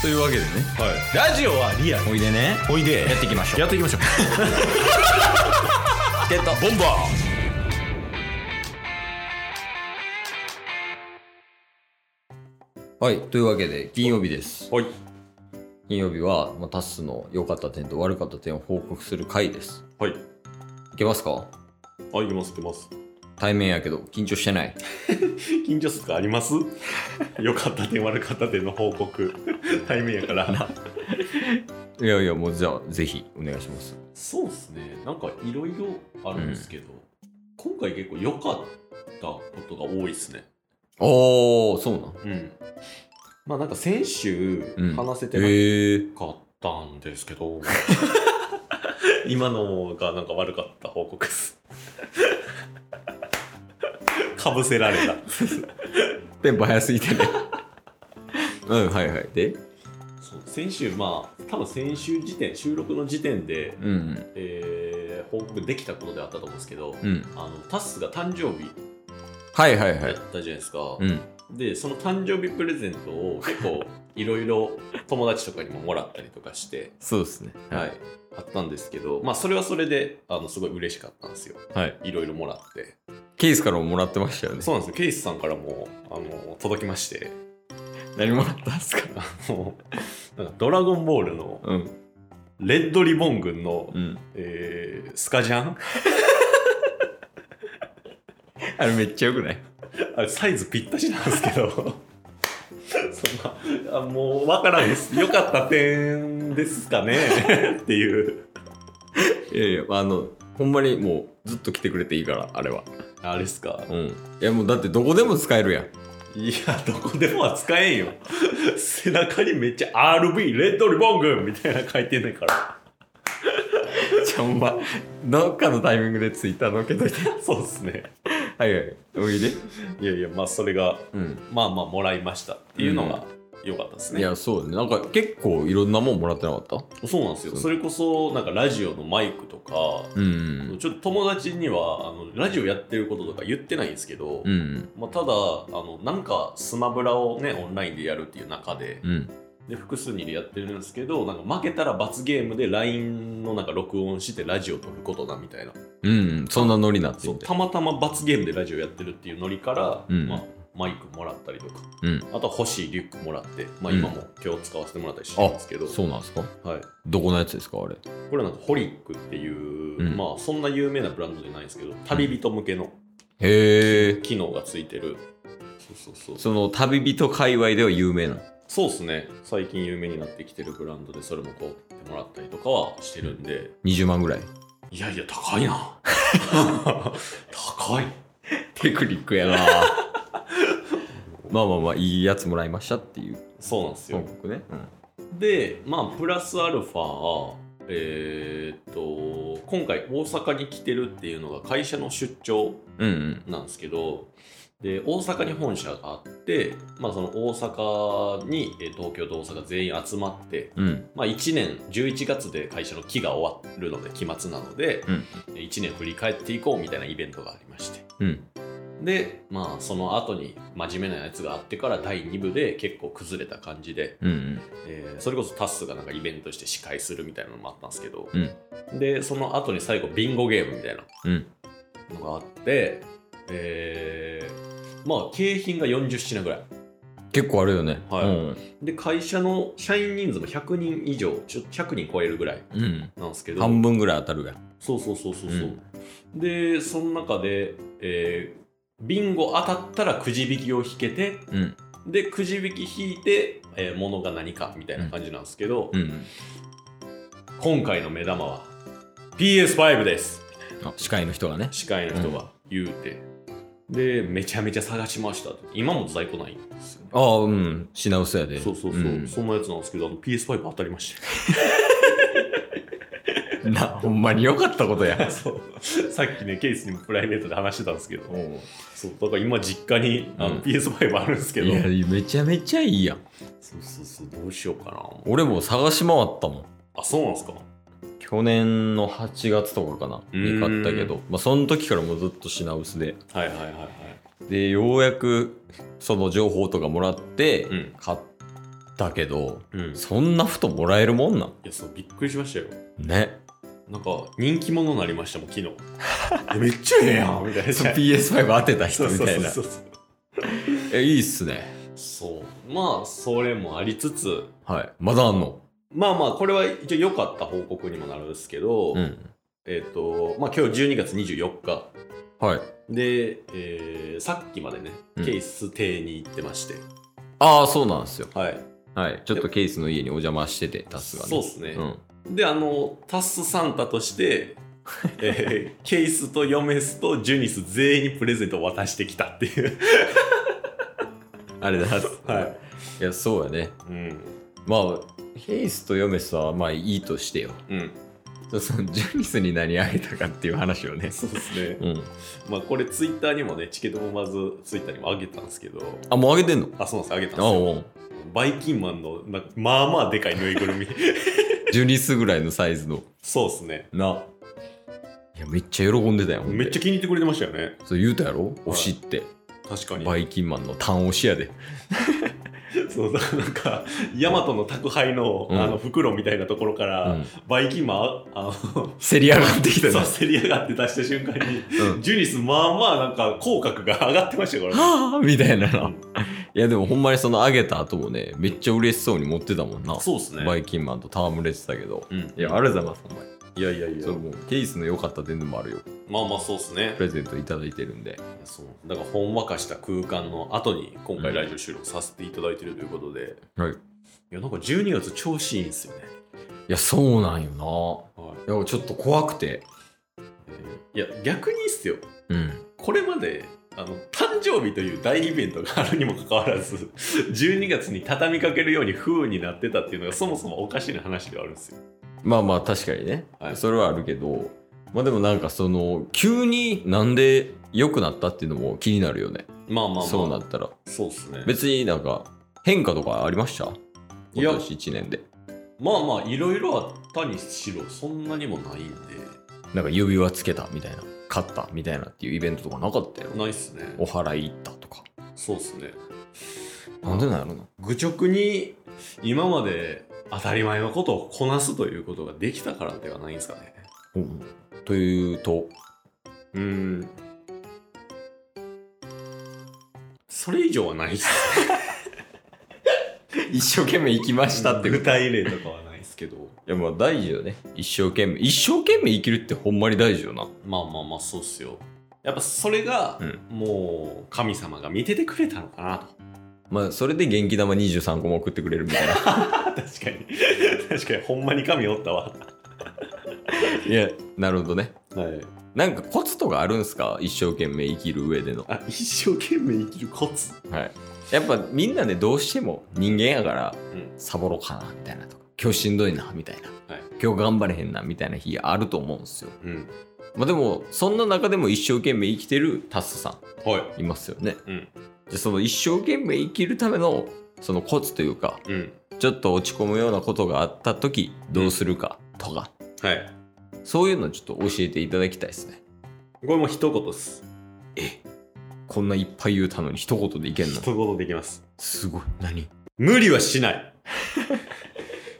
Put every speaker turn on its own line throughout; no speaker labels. というわけでね
はい、ラジオはリアル
おいでね
おいで
やっていきましょう
やっていきましょう
ってた
ボンバ
はいというわけで金曜日です
ーはい
金曜日は、まあ、タッスの良かった点と悪かった点を報告する回です
はい
いけますか
あいけますいけます
対面やけど緊張してない
緊張すかあります 良かった点悪かった点の報告 対面やから
いやいやもうじゃあぜひお願いします
そうですねなんかいろいろあるんですけど、今回結構良かったことが多いですね
おーそうなん
うんまあなんか先週
うん
話せてな
へえー、
かったんですけど、今のがなんか悪かった報告です かぶせられた
テンポ早すぎ てねうんはいはいで
そう先週まあ多分先週時点収録の時点で、
うん
えー報告できたことであったと思うんですけど、
うんうん
あのタスが誕生日
はいはいは
やっ
い
たじゃないですか、
うん
でその誕生日プレゼントを結構いろいろ友達とかにももらったりとかして、
そうですね
はい、あったんですけどまあそれはそれであのすごい嬉しかったんですよ
はい
いろいろもらって
ケースからももらってましたよね
そうなんですよケイスさんからもあの届きまして
何もらったんすか
あのなんかドラゴンボールの
うん
レッドリボン軍の、
うん
えースカジャン
あれめっちゃよくない
あれサイズぴったしなんですけど そんなあもうわからんですよかった点ですかね っていう
いやいやあのほんまにもうずっと来てくれていいからあれは
あれっすか
うんいやもうだってどこでも使える やん
いやどこでもは使えんよ背中にめっちゃ RB レッドリボン軍みたいなの書いてんねんから
じゃあほんまどっかのタイミングでツイッターのっけといて
そうっすね
はいはいおいで
いやいやまあそれが
うん
まあまあもらいましたっていうのが良かったですね、
いやそうねなんか結構いろんなもんもらってなかった
そうなんですよ
そう
それこそなんかラジオのマイクとか、
うん
ちょっと友達にはあのラジオやってることとか言ってないんですけど、
うん
まあ、ただあのなんかスマブラをねオンラインでやるっていう中で,、
うん
で複数人でやってるんですけどなんか負けたら罰ゲームで LINE のなんか録音してラジオ撮ることだみたいな
うんそんなノリになって
そう
みて
たまたま罰ゲームでラジオやってるっていうノリから、
うん
まあ、マイクもらったりとか
うん
あとは欲しいリュックもらって、まあ、
うん
今も今日使わせてもらったりしてるんですけど、
そうなんですか
はい、
どこのやつですかあれ
これなんかホリックっていう、
うん
まあそんな有名なブランドじゃないんですけど旅人向けの
へえ
機能がついてる、そうそうそう
その旅人界隈では有名な
そうですね最近有名になってきてるブランドでそれも買ってもらったりとかはしてるんで
20万ぐらい
いやいや高いな 高い
テクニックやなまあまあまあいいやつもらいましたっていう
そうなんですよ、
報告ね、うん
でまあプラスアルファえーっと今回大阪に来てるっていうのが会社の出張
うんうん
なんですけどで大阪に本社があって、まあ、その大阪にえー東京と大阪全員集まって、
うん
まあ、1年11月で会社の期が終わるので期末なので、
うん
1年振り返っていこうみたいなイベントがありまして
うん
でまあその後に真面目なやつがあってから第2部で結構崩れた感じで、
うんうん
えーそれこそタッスがなんかイベントして司会するみたいなのもあったんですけど、
う
でその後に最後ビンゴゲームみたいな
うん
のがあって、えーまあ景品が40品ぐらい
結構あるよね
はい
うん
で会社の社員人数も100人以上ちょ100人超えるぐらい
うん
なんですけど
半分ぐらい当たるやん
そうそうそうそうそう、でその中で、えービンゴ当たったらくじ引きを引けて
うん
でくじ引き引いて、えー、物が何かみたいな感じなんですけど、
うん
今回の目玉は PS5 です
あ司会の人がね
司会の人が言うて、でめちゃめちゃ探しましたって今も在庫ないんですよね
ああうん品薄やで
そうそうそう、
ん
そんなやつなんですけどあの PS5 当たりまし
なほんまに良かったことや
たそうさっきねケースにもプライベートで話してたんですけど
おう
そうだから今実家にあ
うん
の PS5 あるんですけど、
いやめちゃめちゃいいやん
そうそうそうどうしようかな
俺も探し回ったもん
あそうなんですか
去年の8月とかかな
うん
に買ったけど、まあ、その時からもうずっと品薄で
はいはいはいはい
でようやくその情報とかもらって
うん
買ったったけど、
うん
そんなふともらえるもんなん
いやそうびっくりしましたよ
ね
なんか人気者になりましたもん昨 日えめっちゃええやんみ たいな
そう PS5 当てた
そ
人
う
み
そう
たい
そう
な
そうそう
えいいっすね
そうまあそれもありつつ
はいまだあんの
まあまあこれは一応良かった報告にもなるんですけど、
うん
えっ、とまあ今日12月24日
はい
で、えーさっきまでね
うん
ケース邸に行ってまして、
ああそうなんですよ
はい
はいちょっとケースの家にお邪魔しててタスがね
そうっすね
うん、
であのタッスサンタとして、えーケイスとヨメスとジュニス全員にプレゼントを渡してきたっていう
あれだ
はい、
いやそうやね
うん
まあヘイスとヨメスはまあいいとしてよ
うん、
そのジュニスに何あげたかっていう話をね
そうですね
うん
まあこれツイッターにもねチケットもまずツイッターにもあげたんですけど
あもうあげてんの
あそうなんですあげたんです
あ
よ
おう
バイキンマンのなまあまあでかいぬい ぐるみ
ジュニスぐらいのサイズの
そうですね
ないやめっちゃ喜んでたよ
めっちゃ気に入ってくれてましたよね
ゃそう言うたやろ推しって
確かに
バイキンマンの単推しやで
そうだからなんかヤマトの宅配の,、
うん
あの袋みたいなところから、
うん
バイキンマンあの
競り上がってきた
そう
な
せり上がって出した瞬間に
うん
ジュニスまあまあなんか口角が上がってましたからね
はあみたいな
う
なんいやでもほんまにそのあげた後もねめっちゃ嬉しそうに持ってたもんな
そうですね
バイキンマンと戯れてたけど
うん、
いやありがとうございますお前
いやいやいや
そうもうケースの良かった点でもあるよ
まあまあそうですね
プレゼントいただいてるんで
そうだからほんわかした空間の後に今回ラジオ収録させていただいてるということで、い
はいい
やなんか12月調子いいんですよね、
やそうなんよ
はい
ないやちょっと怖くて
えーいや逆にいいっすよ
うん
これまであの誕生日という大イベントがあるにもかかわらず12月に畳みかけるように風になってたっていうのがそもそもおかしな話ではあるんですよ
まあまあ確かにね、
はい
それはあるけどまあでもなんかその急になんで良くなったっていうのも気になるよね、
まあまあまあ
そうなったら
そうっすね
別になんか変化とかありました
いや
今年1年で
まあまあいろいろあったにしろそんなにもないんで
なんか指輪つけたみたいな買ったみたいなっていうイベントとかなかったよ
ないっすね
お祓い行ったとか
そうっすね
なんでなんやろな
愚直に今まで当たり前のことをこなすということができたからではないんですかね
うんというと
うーんそれ以上はないっす
一生懸命行きましたって
具体例とかはないですけど
いやまあ大事よね一生懸命一生懸命生きるってほんまに大事よな
まあまあまあそうっすよやっぱそれが、
うん
もう神様が見ててくれたのかなと
まあそれで元気玉23個も送ってくれるみたいな
確かに確かにほんまに神おったわ
いや、なるほどね。
はい
なんかコツとかあるんすか一生懸命生きる上での。
あ一生懸命生きるコツ
はい。やっぱみんなね、どうしても人間やから、
うん
サボろうかな、みたいなとか、今日しんどいな、みたいな、
はい
今日頑張れへんな、みたいな日あると思うんすよ。
うん
まあでも、そんな中でも一生懸命生きてるタスさ
は
ん、いますよね。
うん
で、その一生懸命生きるための、そのコツというか、
いうん
ちょっと落ち込むようなことがあった時、どうするかとか、
はい
そういうのちょっと教えていただきたいですね。
これも一言っす
こんないっぱい言うたのに一言でいけんの
一言できます
すごい何
無理はしない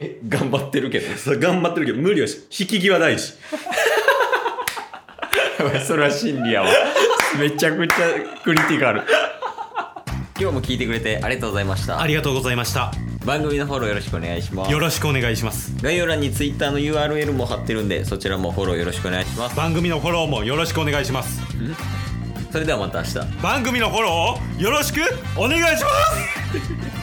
え頑張ってるけど
そう頑張ってるけど無理はし引き際大事
それは真理やわめちゃくちゃクリティカル今日も聞いてくれてありがとうございました
りがとうございました
番組のフォローよろしくお願いします
ろしくお願いします
概要欄に Twitter の URL も貼ってるんでそちらもフォローよろしくお願いします
番組のフォローもよろしくお願いします
それではまた明日
番組のフォローをよろしくお願いします